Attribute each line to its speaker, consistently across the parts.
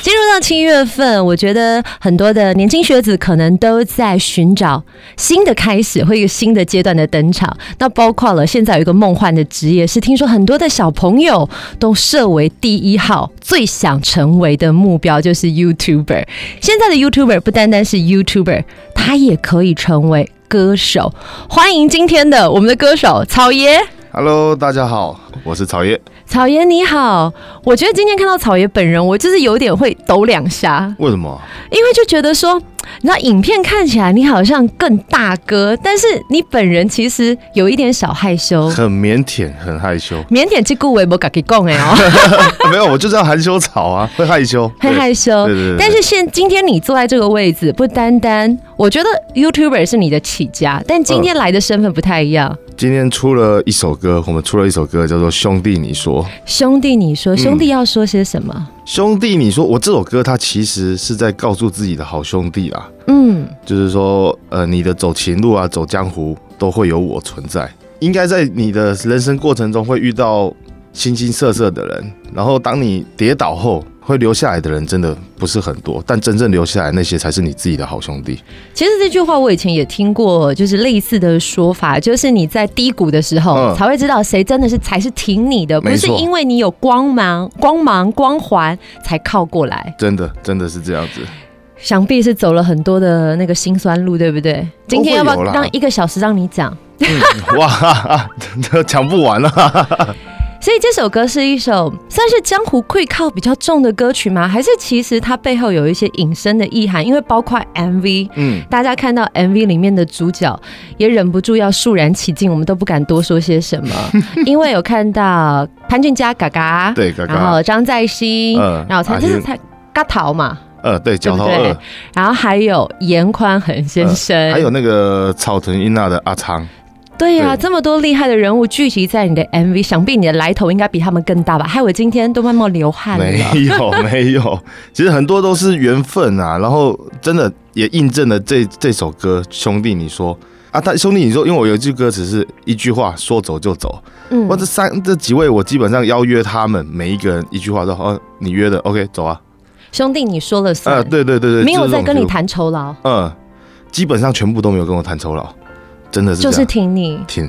Speaker 1: 进入到七月份，我觉得很多的年轻学子可能都在寻找新的开始，或一个新的阶段的登场。那包括了现在有一个梦幻的职业，是听说很多的小朋友都设为第一号，最想成为的目标就是 YouTuber。现在的 YouTuber 不单单是 YouTuber，他也可以成为歌手。欢迎今天的我们的歌手草爷。
Speaker 2: Hello，大家好，我是草叶。
Speaker 1: 草爷你好，我觉得今天看到草爷本人，我就是有点会抖两下。
Speaker 2: 为什么？
Speaker 1: 因为就觉得说，你知道影片看起来你好像更大哥，但是你本人其实有一点小害羞，。
Speaker 2: 很腼腆，很害羞
Speaker 1: 腼腆去顾微博嘎给供哎哦，
Speaker 2: 没有，我就叫含羞草 啊，会害羞，
Speaker 1: 很害羞。
Speaker 2: 对对对对
Speaker 1: 但是现今天你坐在这个位置，不单单我觉得 YouTuber 是你的起家，但今
Speaker 2: 嗯
Speaker 1: 天来的身份不太一样。
Speaker 2: 对。今天出了一首歌，我们出了一首歌叫做《兄弟你说》。
Speaker 1: 兄弟，你
Speaker 2: 嗯
Speaker 1: 说兄弟要说些什么？
Speaker 2: 兄弟你说，我这首歌它其实是在告诉自己的好兄弟啦，
Speaker 1: 嗯，
Speaker 2: 就是说，呃，你的走情路啊，走江湖都会有我存在。应该在你的人生过程中会遇到形形色色的人，然后当你跌倒后，会留下来的人真的不是很多，但真正留下来那些才是你自己的好兄弟。
Speaker 1: 其实这句话我以前也听过，就是类似的说法，就是你在低谷的时候、
Speaker 2: 嗯
Speaker 1: 才会知道谁真的是才是挺你的，不
Speaker 2: 没
Speaker 1: 是
Speaker 2: 错
Speaker 1: 因为你有光芒、光芒、光环才靠过来。
Speaker 2: 真的，真的是这样 子。
Speaker 1: 想必是走了很多的那个辛酸路，对不对？今天要不要
Speaker 2: 都哦会有啦
Speaker 1: 让一个小时让你讲？
Speaker 2: 哇哈哈，这讲不完啊了。
Speaker 1: 所以这首歌是一首算是江湖愧靠比较重的歌曲吗？还是其实它背后有一些隐身的意涵？因为包括 MV，
Speaker 2: 嗯，
Speaker 1: 大家看到 MV 里面的主角，也忍不住要肃然起敬，我们都不敢多说些什么， 因为有看到潘俊嘉嘎嘎，
Speaker 2: 对，刚
Speaker 1: 然后
Speaker 2: 刚，
Speaker 1: 张在兴，
Speaker 2: 嗯
Speaker 1: 然后才
Speaker 2: 阿
Speaker 1: 这是
Speaker 2: 勋
Speaker 1: 才嘎桃嘛，
Speaker 2: 呃，对，
Speaker 1: 对
Speaker 2: 角
Speaker 1: 不
Speaker 2: 头
Speaker 1: 对
Speaker 2: 二，？
Speaker 1: 然后还有严宽恒先生，
Speaker 2: 嗯还有那个草屯英娜的阿昌，
Speaker 1: 对呀、
Speaker 2: 对
Speaker 1: 这么多厉害的人物聚集在你的 MV，想必你的来头应该比他们更大吧？害我今天都慢慢流汗
Speaker 2: 没
Speaker 1: 了。
Speaker 2: 有没有， 其实很多都是缘分啊。然后真的也印证了这这首歌，兄弟你说啊，但兄弟你说，因为我有一句歌词是一句话说走就走，
Speaker 1: 嗯
Speaker 2: 我这三这几位我基本上邀约他们每一个人一句话说哦，你约的 OK 走啊，
Speaker 1: 兄弟，你说了算，
Speaker 2: 呃，对对对对，
Speaker 1: 没有
Speaker 2: 就是这
Speaker 1: 在
Speaker 2: 种
Speaker 1: 跟你
Speaker 2: feel，
Speaker 1: 谈酬劳，
Speaker 2: 嗯，基本上全部都没有跟我谈酬劳，真的是
Speaker 1: 就
Speaker 2: 这
Speaker 1: 是
Speaker 2: 样
Speaker 1: 挺你，
Speaker 2: 挺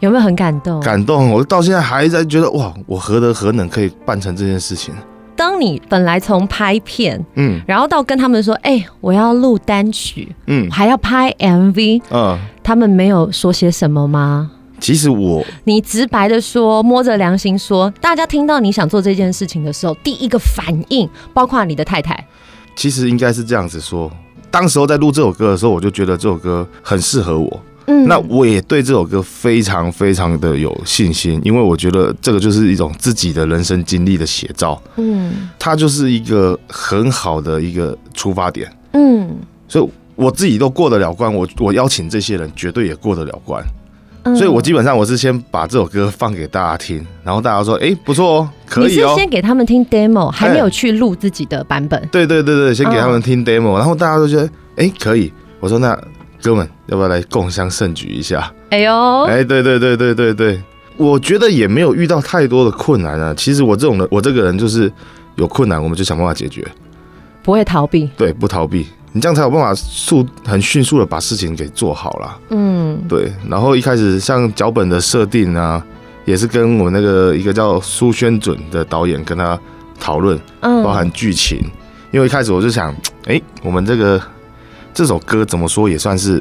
Speaker 1: 有没有很感动？
Speaker 2: 感动，我到现在还在觉得哇，我何德何能可以办成这件事情？
Speaker 1: 当你本来从拍片，
Speaker 2: 嗯
Speaker 1: 然后到跟他们说，哎、我要录单曲，
Speaker 2: 嗯
Speaker 1: 还要拍 MV，
Speaker 2: 嗯，
Speaker 1: 他们没有说些什么吗？
Speaker 2: 其实我
Speaker 1: 你直白的说，摸着良心说，大家听到你想做这件事情的时候，第一个反应，包括你的太太，
Speaker 2: 其实应该是这样子说，当时候在录这首歌的时候，我就觉得这首歌很适合我。
Speaker 1: 嗯
Speaker 2: 那我也对这首歌非常非常的有信心，因为我觉得这个就是一种自己的人生经历的写照，
Speaker 1: 嗯
Speaker 2: 它就是一个很好的一个出发点，
Speaker 1: 嗯
Speaker 2: 所以我自己都过得了关，我我邀请这些人绝对也过得了关。
Speaker 1: 嗯
Speaker 2: 所以我基本上我是先把这首歌放给大家听，然后大家说，哎、不错哦，可以
Speaker 1: 你
Speaker 2: 哦哎
Speaker 1: 是。先给他们听 demo，还没有去录自己的版本。
Speaker 2: 对对对对，先给他们听 demo，、然后大家都觉得，哎、可以。我说那哥们，要不要来共襄盛举一下？
Speaker 1: 哎呦，
Speaker 2: 哎、对对对对对对，我觉得也没有遇到太多的困难啊。其实我这种人，我这个人就是有困难我们就想办法解决，
Speaker 1: 不会逃避。
Speaker 2: 对，不逃避。你这样才有办法速很迅速的把事情给做好啦。
Speaker 1: 嗯，
Speaker 2: 对，然后一开始像脚本的设定啊，也是跟我们那个一个叫苏宣准的导演跟他讨论，
Speaker 1: 嗯
Speaker 2: 包含剧情。因为一开始我就想，哎、我们这个这首歌怎么说也算是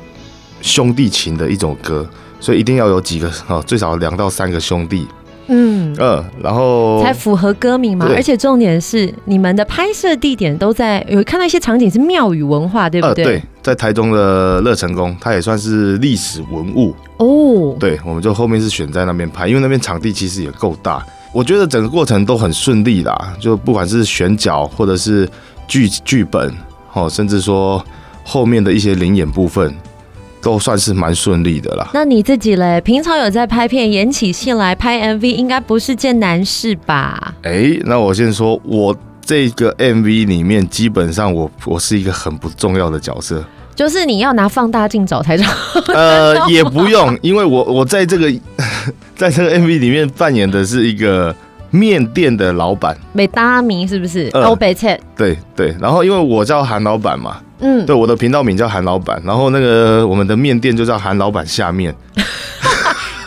Speaker 2: 兄弟情的一种歌，所以一定要有几个 哦，最少两到三个兄弟。
Speaker 1: 嗯。
Speaker 2: 嗯，然后
Speaker 1: 才符合歌名嘛，
Speaker 2: 对
Speaker 1: 而且重点是你们的拍摄地点都在有看到一些场景是庙宇文化，对不
Speaker 2: 呃
Speaker 1: 对？
Speaker 2: 对，在台中的乐成宫，它也算是历史文物。
Speaker 1: 哦，
Speaker 2: 对，我们就后面是选在那边拍，因为那边场地其实也够大，我觉得整个过程都很顺利啦。就不管是选角，或者是剧剧本，哦，甚至说后面的一些灵演部分，都算是蛮顺利的啦。
Speaker 1: 那你自己嘞，平常有在拍片、演起戏来拍 MV，应该不是件难事吧？
Speaker 2: 哎、那我先说，我这个 MV 里面，基本上我我是一个很不重要的角色，
Speaker 1: 就是你要拿放大镜找才找。
Speaker 2: 呃，也不用，因为我我在这个 在这个 MV 里面扮演的是一个面店的老板，
Speaker 1: 美达米是不是？
Speaker 2: 嗯
Speaker 1: 欧北切，
Speaker 2: 对对，然后因为我叫韩老板嘛，
Speaker 1: 嗯，
Speaker 2: 对，我的频道名叫韩老板，然后那个我们的面店就叫韩老板下面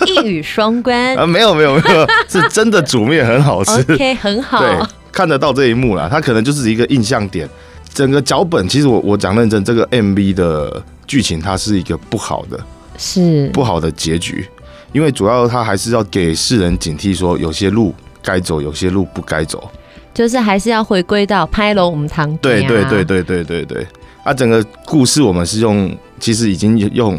Speaker 1: 一语双关
Speaker 2: 啊，没有没有没 有，是真的煮面很好吃，
Speaker 1: ，OK，很哦好。
Speaker 2: 对，看得到这一幕啦，它可能就是一个印象点。整个脚本其实我我讲认真，这个 MV 的剧情它是一个不好的
Speaker 1: 嗯是
Speaker 2: 不好的结局，因为主要它还是要给世人警惕，说有些路该走，有些路不该走。
Speaker 1: 就是还是要回归到拍楼我们堂、啊。
Speaker 2: 对对对，对对对对，啊，整个故事我们是用其实已经用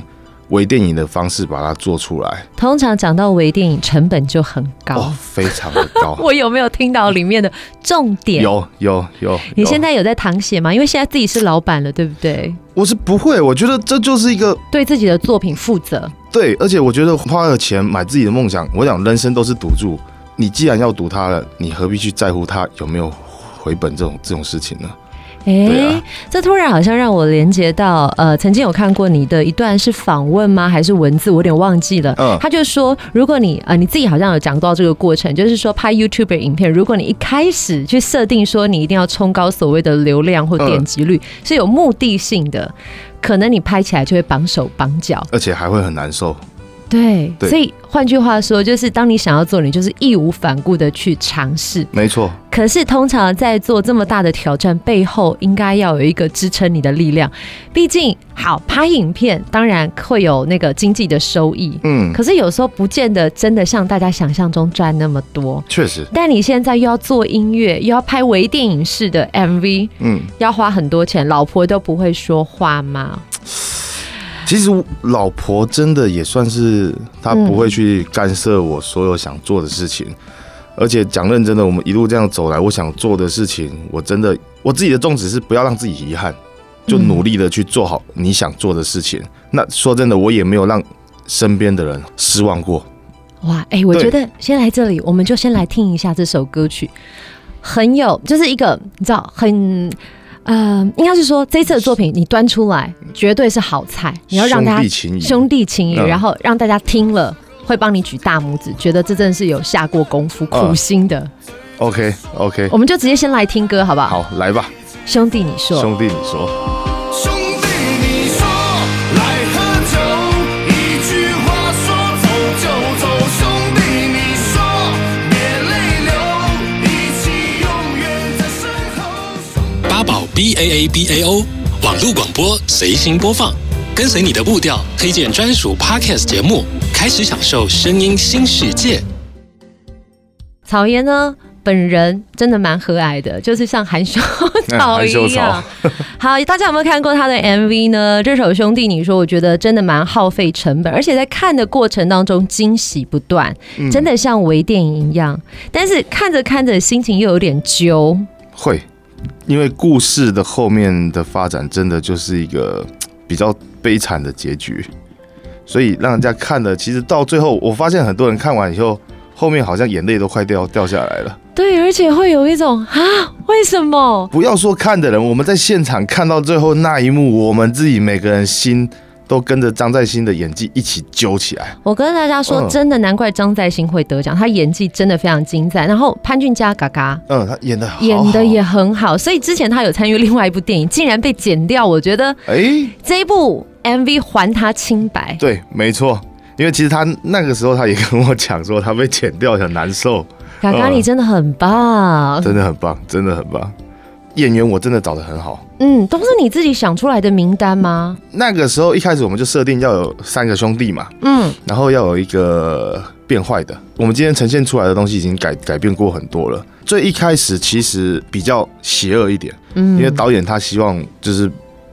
Speaker 2: 微电影的方式把它做出来，
Speaker 1: 通常讲到微电影成本就很高。。
Speaker 2: 哦，非常的高
Speaker 1: 我有没有听到里面的重点？。
Speaker 2: 有有有，
Speaker 1: 你
Speaker 2: 有
Speaker 1: 现在有在淌血吗？因为现在自己是老板了，对不对？
Speaker 2: 我是不会，我觉得这就是一个
Speaker 1: 对自己的作品负责。
Speaker 2: 对，而且我觉得花了钱买自己的梦想，我想人生都是赌注。你既然要赌它了，你何必去在乎它有没有回本这种这种事情呢？
Speaker 1: 哎、
Speaker 2: 对啊
Speaker 1: 这突然好像让我连接到呃，曾经有看过你的一段是访问吗？还是文字？我有点忘记了。
Speaker 2: 嗯
Speaker 1: 他就说，如果你呃你自己好像有讲到这个过程，就是说拍 YouTube 影片，如果你一开始去设定说你一定要冲高所谓的流量或
Speaker 2: 嗯
Speaker 1: 点击率、是有目的性的，可能你拍起来就会绑手绑脚。
Speaker 2: 而且还会很难受。
Speaker 1: 对，
Speaker 2: 对
Speaker 1: 所以换句话说，就是当你想要做，你就是义无反顾的去尝试。
Speaker 2: 没错，
Speaker 1: 可是通常在做这么大的挑战背后，应该要有一个支撑你的力量。毕竟，好拍影片当然会有那个经济的收益，
Speaker 2: 嗯，
Speaker 1: 可是有时候不见得真的像大家想象中赚那么多。
Speaker 2: 确实，
Speaker 1: 但你现在又要做音乐，又要拍微电影式的 MV，
Speaker 2: 嗯，
Speaker 1: 要花很多钱，老婆都不会说话吗？
Speaker 2: 其实老婆真的也算是她不会去干涉我所有想做的事情，而且讲认真的，我们一路这样走来，我想做的事情，我真的我自己的宗旨是不要让自己遗憾，就努力的去做好你想做的事情。那说真的，我也没有让身边的人失望过。
Speaker 1: 哇，哎、我
Speaker 2: 对
Speaker 1: 觉得先来这里，我们就先来听一下这首歌曲，很有，就是一个你知道很。呃，应该是说这次的作品你端出来绝对是好菜，你要让大
Speaker 2: 兄
Speaker 1: 家
Speaker 2: 弟情谊
Speaker 1: 兄弟情谊，
Speaker 2: 嗯
Speaker 1: 然后让大家听了会帮你举大拇指，觉得这真的是有下过功夫、
Speaker 2: 嗯
Speaker 1: 苦心的。
Speaker 2: ，OK OK，
Speaker 1: 我们就直接先来听歌好不好？，
Speaker 2: 好，来吧，
Speaker 1: 兄弟你说，
Speaker 2: 兄弟，你说。
Speaker 3: 兄弟，你说来喝酒，一句话说走就走。兄弟，你说别泪流，一起永远在身后。
Speaker 4: 八宝 B A A B A O 网络广播随心播放，跟随你的步调，推荐专属 Podcast 节目，开始享受声音新世界。
Speaker 1: 草爷呢，本人真的蛮和蔼的，就是像含羞草
Speaker 2: 哎 含羞
Speaker 1: 一样
Speaker 2: 草。
Speaker 1: 啊 好，大家有没有看过他的 MV 呢？这首《兄弟》，你说我觉得真的蛮耗费成本，而且在看的过程当中惊喜不断，
Speaker 2: 嗯
Speaker 3: 嗯
Speaker 1: 真的像微电影一样。但是看着看着心情又有点揪，
Speaker 2: 会，因为故事的后面的发展真的就是一个比较悲惨的结局，所以让人家看了，其实到最后，我发现很多人看完以后，后面好像眼泪都快掉掉下来了。
Speaker 1: 对，而且会有一种啊，为什么？
Speaker 2: 不要说看的人，我们在现场看到最后那一幕，我们自己每个人心都跟着张在兴的演技一起揪起来。
Speaker 1: 我跟大家说，
Speaker 2: 嗯
Speaker 1: 真的难怪张在兴会得奖，他演技真的非常精湛。然后潘俊佳嘎嘎，
Speaker 2: 嗯，他演的好好
Speaker 1: 演的也很好，所以之前他有参与另外一部电影，竟然被剪掉，我觉得
Speaker 2: 哎、
Speaker 1: 这一部 MV 还他清白。
Speaker 2: 对，没错。因为其实他那个时候他也跟我讲说他被剪掉很难受，
Speaker 1: 嘎嘎，
Speaker 2: 嗯
Speaker 1: 你真的很棒，
Speaker 2: 真的很棒，真的很棒。演员我真的找的很好。
Speaker 1: 嗯，都是你自己想出来的名单吗？
Speaker 2: 那个时候一开始我们就设定要有三个兄弟嘛，
Speaker 1: 嗯，
Speaker 2: 然后要有一个变坏的。我们今天呈现出来的东西已经改改变过很多了。最一开始其实比较邪恶一点，
Speaker 1: 嗯
Speaker 2: 因为导演他希望就是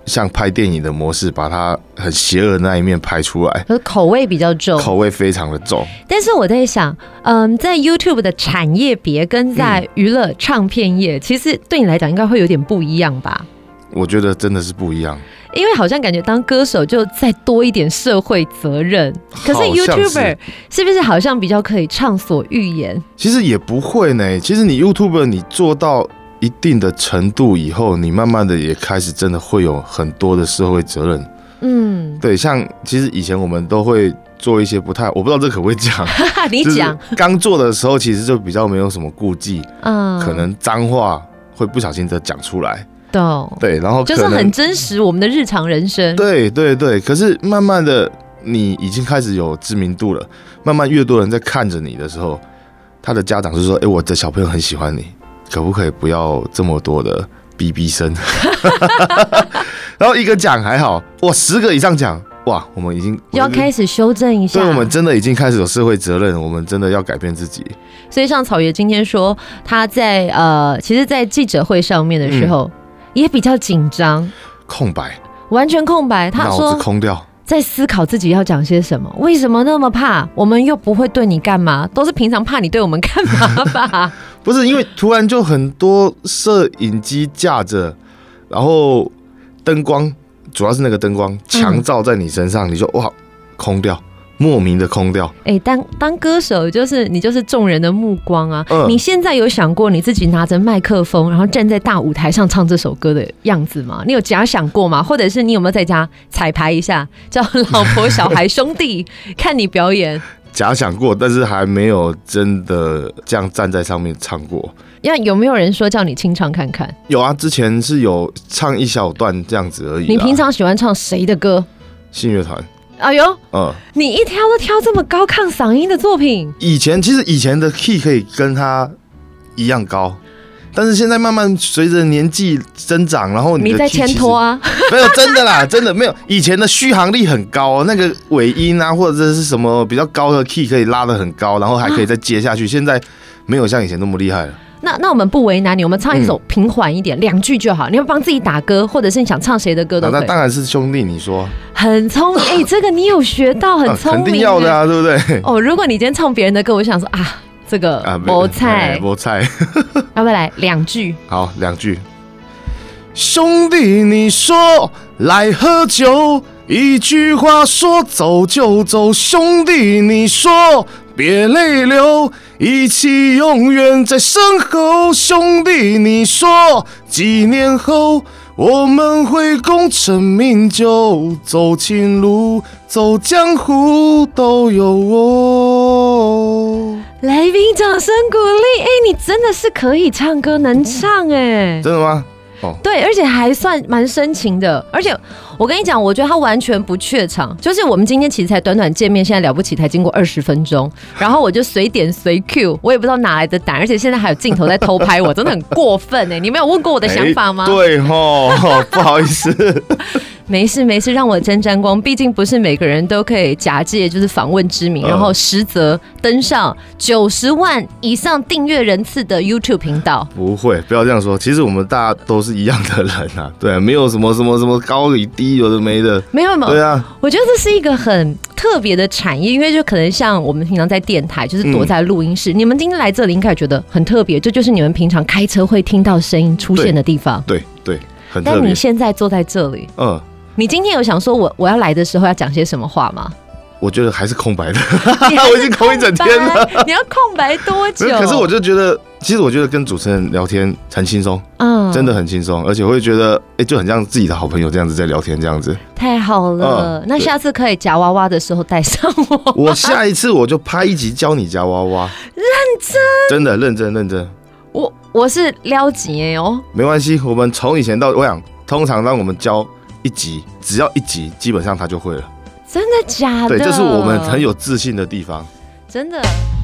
Speaker 2: 像拍电影的模式，把他很邪恶的那一面拍出来，
Speaker 1: 可是口味比较重，
Speaker 2: 口味非常的重。
Speaker 1: 但是我在想，嗯，在 YouTube 的产业别跟在娱乐唱片
Speaker 2: 嗯
Speaker 1: 业，其实对你来讲应该会有点不一样吧？
Speaker 2: 我觉得真的是不一样，
Speaker 1: 因为好像感觉当歌手就再多一点社会责任，可是
Speaker 2: 好像是
Speaker 1: YouTuber 是不是好像比较可以畅所欲言？
Speaker 2: 其实也不会呢。其实你 YouTube 你做到一定的程度以后，你慢慢的也开始真的会有很多的社会责任。
Speaker 1: 嗯，
Speaker 2: 对，像其实以前我们都会做一些不太，我不知道这可不可以讲。
Speaker 1: 哈哈， 你
Speaker 2: 就是
Speaker 1: 讲，
Speaker 2: 刚做的时候，其实就比较没有什么顾忌，
Speaker 1: 嗯，
Speaker 2: 可能脏话会不小心的讲出来。
Speaker 1: 懂，
Speaker 2: 对，然后
Speaker 1: 就
Speaker 2: 可
Speaker 1: 是
Speaker 2: 能
Speaker 1: 很真实我们的日常人生，
Speaker 2: 对对对，可是慢慢的，你已经开始有知名度了，慢慢越多人在看着你的时候，他的家长就说：“哎、我的小朋友很喜欢你，可不可以不要这么多的哔哔声？” 然后一个讲还好，哇，十个以上讲，哇，我们已经
Speaker 1: 要开
Speaker 2: 始。
Speaker 1: 始修正一
Speaker 2: 所
Speaker 1: 下
Speaker 2: 以，我。们真的已经开始有社会责任，我们真的要改变自己。
Speaker 1: 所以，像草爷今天说，他在呃，其实，在记者会上面的时候、
Speaker 2: 嗯
Speaker 1: 也比较紧张，
Speaker 2: 空白，
Speaker 1: 完全空白。他
Speaker 2: 脑
Speaker 1: 说
Speaker 2: 子空掉，
Speaker 1: 在思考自己要讲些什么，为什么那么怕？我们又不会对你干嘛，都是平常怕你对我们干嘛吧？
Speaker 2: 不是因为突然就很多摄影机架着，然后灯光，主要是那个灯光强照在你身上，你就哇空掉，莫名的空掉。
Speaker 1: 哎、当当歌手就是你就是众人的目光啊！
Speaker 2: 嗯
Speaker 1: 你现在有想过你自己拿着麦克风，然后站在大舞台上唱这首歌的样子吗？你有假想过吗？或者是你有没有在家彩排一下，叫老婆、小孩、兄弟看你表演？
Speaker 2: 假想过，但是还没有真的这样站在上面唱过。
Speaker 1: 要有没有人说叫你清唱看看？
Speaker 2: 有啊，之前是有唱一小段这样子而已啦。
Speaker 1: 你平常喜欢唱谁的歌？
Speaker 2: 信乐团，
Speaker 1: 哎呦，
Speaker 2: 嗯，
Speaker 1: 你一挑都挑这么高亢嗓音的作品，
Speaker 2: 以前其实以前的 key 可以跟他一样高，但是现在慢慢随着年纪增长，然后哦你
Speaker 1: 你
Speaker 2: 的
Speaker 1: 在
Speaker 2: key 其
Speaker 1: 牵
Speaker 2: 实
Speaker 1: 拖啊？
Speaker 2: 没有，真的啦， 真的没有。以前的续航力很高、那个尾音啊，或者是什么比较高的 key 可以拉得很高，然后还可以再接下去。现在没有像以前那么厉害了。
Speaker 1: 那那我们不为难你，我们唱一
Speaker 2: 嗯
Speaker 1: 首平缓一点，两、句就好。你要帮自己打歌，或者是你想唱谁的歌
Speaker 2: 那
Speaker 1: 都可
Speaker 2: 那
Speaker 1: 以。
Speaker 2: 当然是兄弟，你说，
Speaker 1: 很聪 明，哎、这个你有学到，很
Speaker 2: 啊
Speaker 1: 聪明、
Speaker 2: 肯定要的
Speaker 1: 哎
Speaker 2: 啊，对不对？
Speaker 1: 哦，如果你今天唱别人的歌，我就想说啊，这个
Speaker 2: 啊，
Speaker 1: 菠菜，
Speaker 2: 菠菜。
Speaker 1: 要不要来两句？
Speaker 2: 好，两句。兄弟，你说来喝酒，一句话说走就走。兄弟，你说别泪流，一起永远在身后。兄弟，你说几年后我们会功成名就，走情路，走江湖，都有我。
Speaker 1: 来宾掌声鼓励，哎、你真的是可以唱歌，能唱哎、
Speaker 2: 真的吗？哦，
Speaker 1: 对，而且还算蛮深情的，而且我跟你讲，我觉得他完全不怯场，就是我们今天其实才短短见面，现在了不起才经过二十分钟， 然后我就随点随 Q，我也不知道哪来的胆，而且现在还有镜头在偷拍我，真的很过分哎、你没有问过我的想法吗？
Speaker 2: 哎对吼，不好意思，
Speaker 1: 没事没事，让我沾沾光。毕竟不是每个人都可以假借就是访问之名，
Speaker 2: 嗯
Speaker 1: 然后实则登上九十万以上订阅人次的 YouTube 频道。
Speaker 2: 不会，不要这样说。其实我们大家都是一样的人啊， 对，没有什么什么什么高与低，有的没的。
Speaker 1: 没有没有，
Speaker 2: 对啊，
Speaker 1: 我觉得这是一个很特别的产业，因为就可能像我们平常在电台，就是躲在录音室。你们今天来这里，应该觉得很特别，这就是你们平常开车会听到声音出现的地方。
Speaker 2: 对对，很特
Speaker 1: 但
Speaker 2: 别
Speaker 1: 你。现在坐在这里，
Speaker 2: 嗯，
Speaker 1: 你今天有想说我我要来的时候要讲些什么话 吗？
Speaker 2: 我觉得还是空白 的，
Speaker 1: 你还是
Speaker 2: 我已经空一整天了
Speaker 1: 空白。你要空白多久？
Speaker 2: 可是我就觉得，其实我觉得跟主持人聊天很轻松，
Speaker 1: 嗯
Speaker 2: 真的很轻松，而且会觉得，哎、就很像自己的好朋友这样子在聊天这样子。
Speaker 1: 太好了，
Speaker 2: 嗯
Speaker 1: 那下次可以夹娃娃的时候带上我。
Speaker 2: 我下一次我就拍一集教你夹娃娃，认真，真的认真认真，
Speaker 1: 我我是撩姐哦，
Speaker 2: 没关系。我们从以前到我想，通常让我们教一集，只要一集，基本上他就会了。
Speaker 1: 真的假的？
Speaker 2: 对，这是我们很有自信的地方。
Speaker 1: 真的。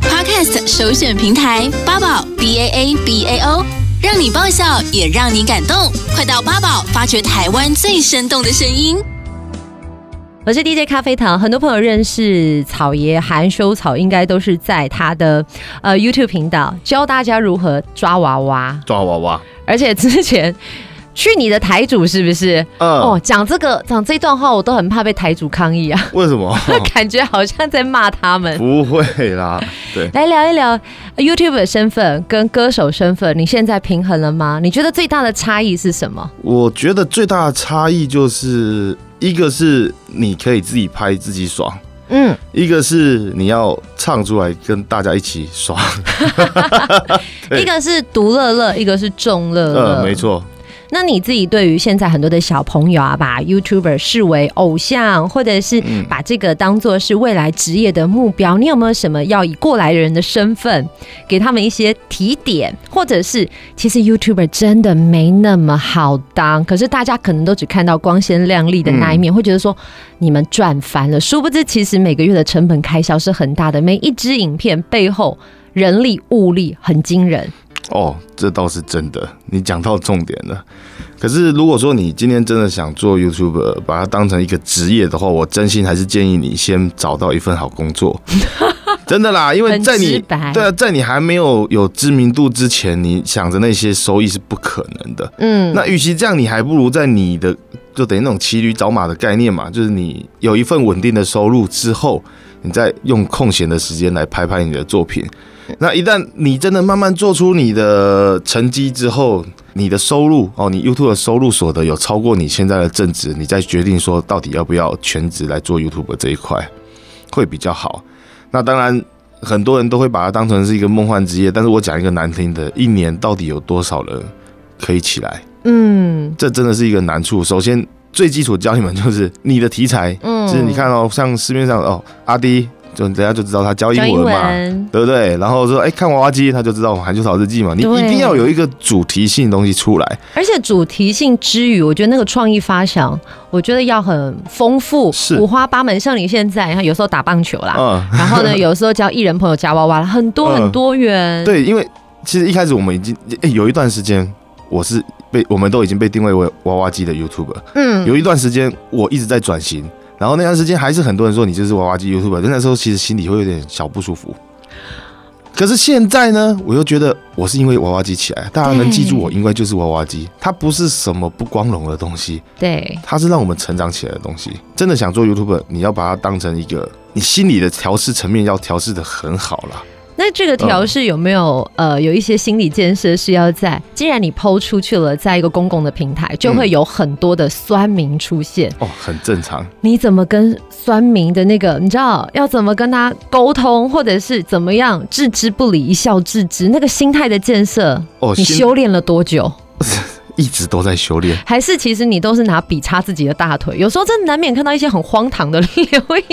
Speaker 5: Podcast 首选平台八宝 B A A B A O，让你爆笑也让你感动，快到八宝发掘台湾最生动的声音。
Speaker 1: 我是 DJ 咖啡糖，很多朋友认识草爷含羞草，应该都是在他的呃 YouTube 频道教大家如何抓娃娃，
Speaker 2: 抓娃娃，
Speaker 1: 而且之前。去你的台主是不是？
Speaker 2: 嗯
Speaker 1: 哦，讲这个讲这段话，我都很怕被台主抗议啊，
Speaker 2: 为什么？
Speaker 1: 感觉好像在骂他们。
Speaker 2: 不会啦，对，
Speaker 1: 来聊一聊呃 YouTube 的身份跟歌手身份，你现在平衡了吗？你觉得最大的差异是什么？
Speaker 2: 我觉得最大的差异就是一个是你可以自己拍自己爽，
Speaker 1: 嗯，
Speaker 2: 一个是你要唱出来跟大家一起爽，对
Speaker 1: 一个是独乐乐，一个是众乐乐，
Speaker 2: 呃，没。错，
Speaker 1: 那你自己对于现在很多的小朋友啊，把 YouTuber 视为偶像，或者是把这个当做是未来职业的目标，你有没有什么要以过来人的身份给他们一些提点，或者是其实 YouTuber 真的没那么好当，可是大家可能都只看到光鲜亮丽的那一面，会觉得说你们赚翻了，殊不知其实每个月的成本开销是很大的，每一支影片背后人力物力很惊人。
Speaker 2: 哦，这倒是真的，你讲到重点了。可是如果说你今天真的想做 YouTube，把它当成一个职业的话，我真心还是建议你先找到一份好 工作。真的啦，因为
Speaker 1: 很
Speaker 2: 在
Speaker 1: 直
Speaker 2: 你
Speaker 1: 白
Speaker 2: 对啊，在你还没有有知名度之前，你想着那些收益是不可能的。
Speaker 1: 嗯，
Speaker 2: 那与其这样，你还不如在你的就等于那种骑驴找马的概念嘛，就是你有一份稳定的收入之后，你再用空闲的时间来拍拍你的作品。那一旦你真的慢慢做出你的成绩之后，你的收入哦，你 YouTube 的收入所得有超过你现在的正职，你再决定说到底要不要全职来做 YouTube 这一块，会比较好。那当然，很多人都会把它当成是一个梦幻职业，但是我讲一个难听的，一年到底有多少人可以起来？
Speaker 1: 嗯，
Speaker 2: 这真的是一个难处。首先，最基础教你们就是你的题材，
Speaker 1: 嗯
Speaker 2: 就是你看哦，像市面上哦，阿迪，就大家就知道他教英
Speaker 1: 教英
Speaker 2: 文嘛，
Speaker 1: 文。
Speaker 2: 对不对？然后说，哎，看娃娃机，他就知道我们《韩秋草日记》嘛。你
Speaker 1: 对
Speaker 2: 一定要有一个主题性的东西出来，
Speaker 1: 而且主题性之余，我觉得那个创意发想，我觉得要很丰富，
Speaker 2: 是
Speaker 1: 五花八门。像你现在，然后有时候打棒球啦，
Speaker 2: 嗯，
Speaker 1: 然后呢，有时候教艺人朋友夹娃娃啦，很多
Speaker 2: 嗯
Speaker 1: 很多元。，
Speaker 2: 对，因为其实一开始我们已经哎有一段时间，我是被我们都已经被定位为娃娃机的 YouTuber，
Speaker 1: 嗯，
Speaker 2: 有一段时间我一直在转型。然后那段时间还是很多人说你就是娃娃机 YouTuber，那时候其实心里会有点小不舒服。可是现在呢，我又觉得我是因为娃娃机起来，大家能记住我，
Speaker 1: 嗯
Speaker 2: 因为就是娃娃机，它不是什么不光荣的东西，
Speaker 1: 对，
Speaker 2: 它是让我们成长起来的东西。真的想做 YouTuber，你要把它当成一个你心里的调试层面要调试的很好啦。
Speaker 1: 那这个调试有没有、
Speaker 2: 啊
Speaker 1: 呃有一些心理建设是要在？既然你抛出去了，在一个公共的平台，就
Speaker 2: 嗯
Speaker 1: 会有很多的酸民出现。
Speaker 2: 哦，很正常。
Speaker 1: 你怎么跟酸民的那个，你知道要怎么跟他沟通，或者是怎么样置之不理、一笑置之，那个心态的建设，
Speaker 2: 哦
Speaker 1: 你
Speaker 2: 心
Speaker 1: 修炼了多久？
Speaker 2: 一直都在修炼，
Speaker 1: 还是其实你都是拿笔插自己的大腿？有时候真的难免看到一些很荒唐的 留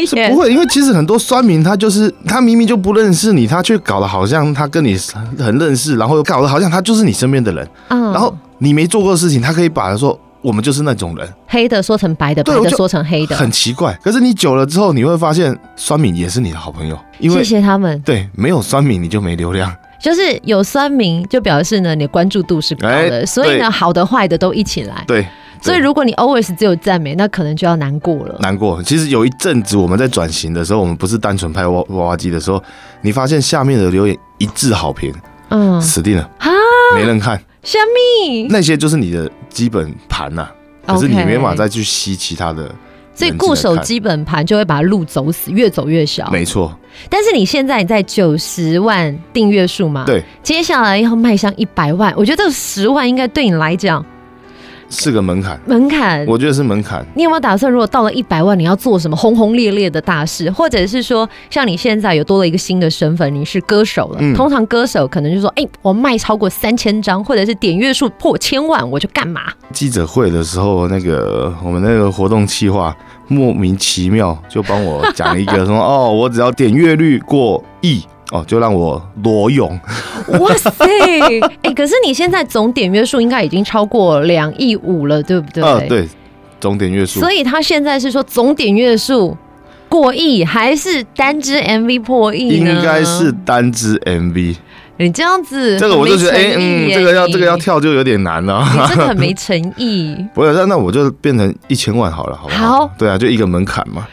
Speaker 2: 是
Speaker 1: 言
Speaker 2: 不，会，因为其实很多酸民他就是他明明就不认识你，他却搞得好像他跟你很认识，然后又搞得好像他就是你身边的人，
Speaker 1: 嗯
Speaker 2: 然后你没做过的事情，他可以把说我们就是那种人，
Speaker 1: 黑的说成白的，白
Speaker 2: 对我
Speaker 1: 的
Speaker 2: 就
Speaker 1: 说成黑的，
Speaker 2: 很奇怪。可是你久了之后，你会发现酸民也是你的好朋友，因为
Speaker 1: 谢谢他们。
Speaker 2: 对没有酸民你就没流量，
Speaker 1: 就是有酸民，就表示呢你的关注度是高的，
Speaker 2: 哎
Speaker 1: 所以呢
Speaker 2: 对
Speaker 1: 好的坏的都一起来。
Speaker 2: 对，
Speaker 1: 所以如果你 always 只有赞美，那可能就要难过了。
Speaker 2: 难过。其实有一阵子我们在转型的时候，我们不是单纯拍娃娃娃机的时候，你发现下面的留言一致好评，
Speaker 1: 嗯，
Speaker 2: 死定了，
Speaker 1: 啊，
Speaker 2: 没人看。
Speaker 1: 虾米。
Speaker 2: 那些就是你的基本盘呐、可是你
Speaker 1: OK
Speaker 2: 没办法再去吸其他的人
Speaker 1: 所
Speaker 2: 进
Speaker 1: 以
Speaker 2: 来看。
Speaker 1: 固守基本盘就会把路走死，越走越小。
Speaker 2: 没错，
Speaker 1: 但是你现在在九十万订阅数嘛，，
Speaker 2: 对，
Speaker 1: 接下来要迈向一百万，我觉得这十万应该对你来讲
Speaker 2: 是个门槛，
Speaker 1: 门槛。
Speaker 2: 我觉得是门槛。
Speaker 1: 你有没有打算，如果到了一百万，你要做什么轰轰烈烈的大事，或者是说，像你现在有多了一个新的身份，你是歌手了。
Speaker 2: 嗯
Speaker 1: 通常歌手可能就说，哎、我卖超过三千张，或者是点阅数破千万，我就干 嘛？
Speaker 2: 记者会的时候，那个我们那个活动企划莫名其妙就帮我讲一 个说，哦，我只要点阅率过亿。哦，就让我裸泳，
Speaker 1: 哇塞！哎、可是你现在总点阅数应该已经超过两亿五了，对不对？
Speaker 2: 呃，。 对，总点阅数，
Speaker 1: 所以他现在是说总点阅数过亿，还是单支 MV 破亿
Speaker 2: 应
Speaker 1: 呢？
Speaker 2: 该是单支 MV，
Speaker 1: 你这样子，
Speaker 2: 这个我就觉得，哎、嗯，这个要这个要
Speaker 1: 你
Speaker 2: 跳就有点难了、
Speaker 1: 你真的很没诚意。
Speaker 2: 不是，那那我就变成一千万好了，好不好？
Speaker 1: 好
Speaker 2: 对啊，就一个门槛嘛。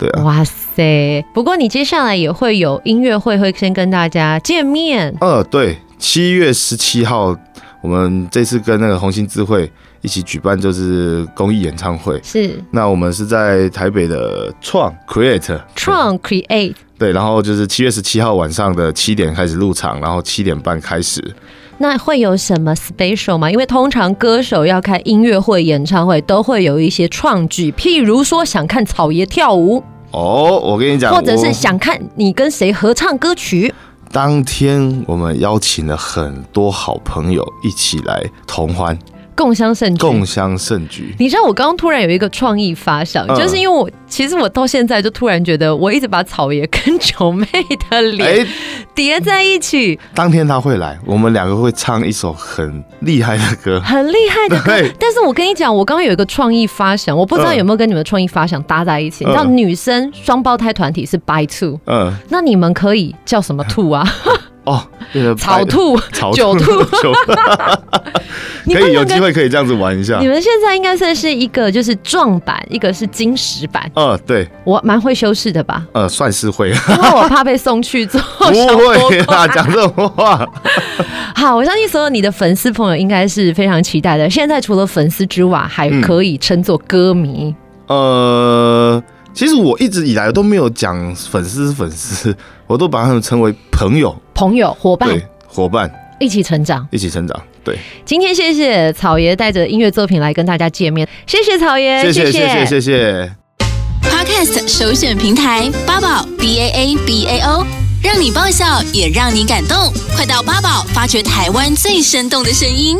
Speaker 2: 对啊，
Speaker 1: 哇塞！不过你接下来也会有音乐会，会先跟大家见面。
Speaker 2: 呃，对，七月十七号，我们这次跟那个红星智慧一起举办就是公益演唱会。
Speaker 1: 是
Speaker 2: 那我们是在台北的创 Create
Speaker 1: 创 create，
Speaker 2: 对，然后就是七月十七号晚上的七点开始入场，然后七点半开始。
Speaker 1: 那会有什么 special 吗？因为通常歌手要开音乐会、演唱会，都会有一些创举，譬如说想看草爷跳舞，
Speaker 2: 哦，我跟你讲，
Speaker 1: 或者
Speaker 2: 我
Speaker 1: 是想看你跟谁合唱歌曲。
Speaker 2: 当天我们邀请了很多好朋友一起来同欢，
Speaker 1: 共襄盛举。
Speaker 2: 共襄盛举。
Speaker 1: 你知道我刚刚突然有一个创意发想，
Speaker 2: 嗯
Speaker 1: 就是因为我其实我到现在就突然觉得，我一直把草爷跟九妹的脸
Speaker 2: 哎，
Speaker 1: 叠在一起，
Speaker 2: 当天他会来，我们两个会唱一首很厉害的 歌。
Speaker 1: 很厉害的歌
Speaker 2: 对。
Speaker 1: 但是我跟你讲，我刚刚有一个创意发想，我不知道
Speaker 2: 嗯
Speaker 1: 有没有跟你们的创意发想搭在一起。你知道
Speaker 2: 嗯
Speaker 1: 女生双胞胎团体是 by two，
Speaker 2: 嗯，
Speaker 1: 那你们可以叫什么兔啊？
Speaker 2: 哦，变成白
Speaker 1: 草兔
Speaker 2: 草、
Speaker 1: 酒 兔
Speaker 2: 酒兔，
Speaker 1: 你
Speaker 2: 可
Speaker 1: 们
Speaker 2: 以有
Speaker 1: 两个
Speaker 2: 机会可以这样子玩一下
Speaker 1: 你。们现在应该算是一个就是壮版，一个是金石版，
Speaker 2: 呃，对，
Speaker 1: 我蛮会修饰的吧，
Speaker 2: 呃，算 是会，
Speaker 1: 因为我怕被送去做
Speaker 2: 不
Speaker 1: 哦小波
Speaker 2: 会
Speaker 1: 波
Speaker 2: 啦，讲这种话。
Speaker 1: 好，我相信所有你的粉丝朋友应该是非常期待的。现在除了粉丝之外，还可以称作歌迷。
Speaker 2: 呃，其实我一直以来都没有讲粉丝是粉丝，我都把他们称为朋友，
Speaker 1: 朋友、伙伴
Speaker 2: 对，伙伴
Speaker 1: 一起成长。
Speaker 2: 一起成长，对，
Speaker 1: 今天谢谢草爷带着音乐作品来跟大家见面，谢谢草爷，
Speaker 2: 谢谢谢谢谢谢。
Speaker 5: Podcast 首选平台八宝 B A A B A O，让你爆笑也让你感动，快到八宝发掘台湾最生动的声音。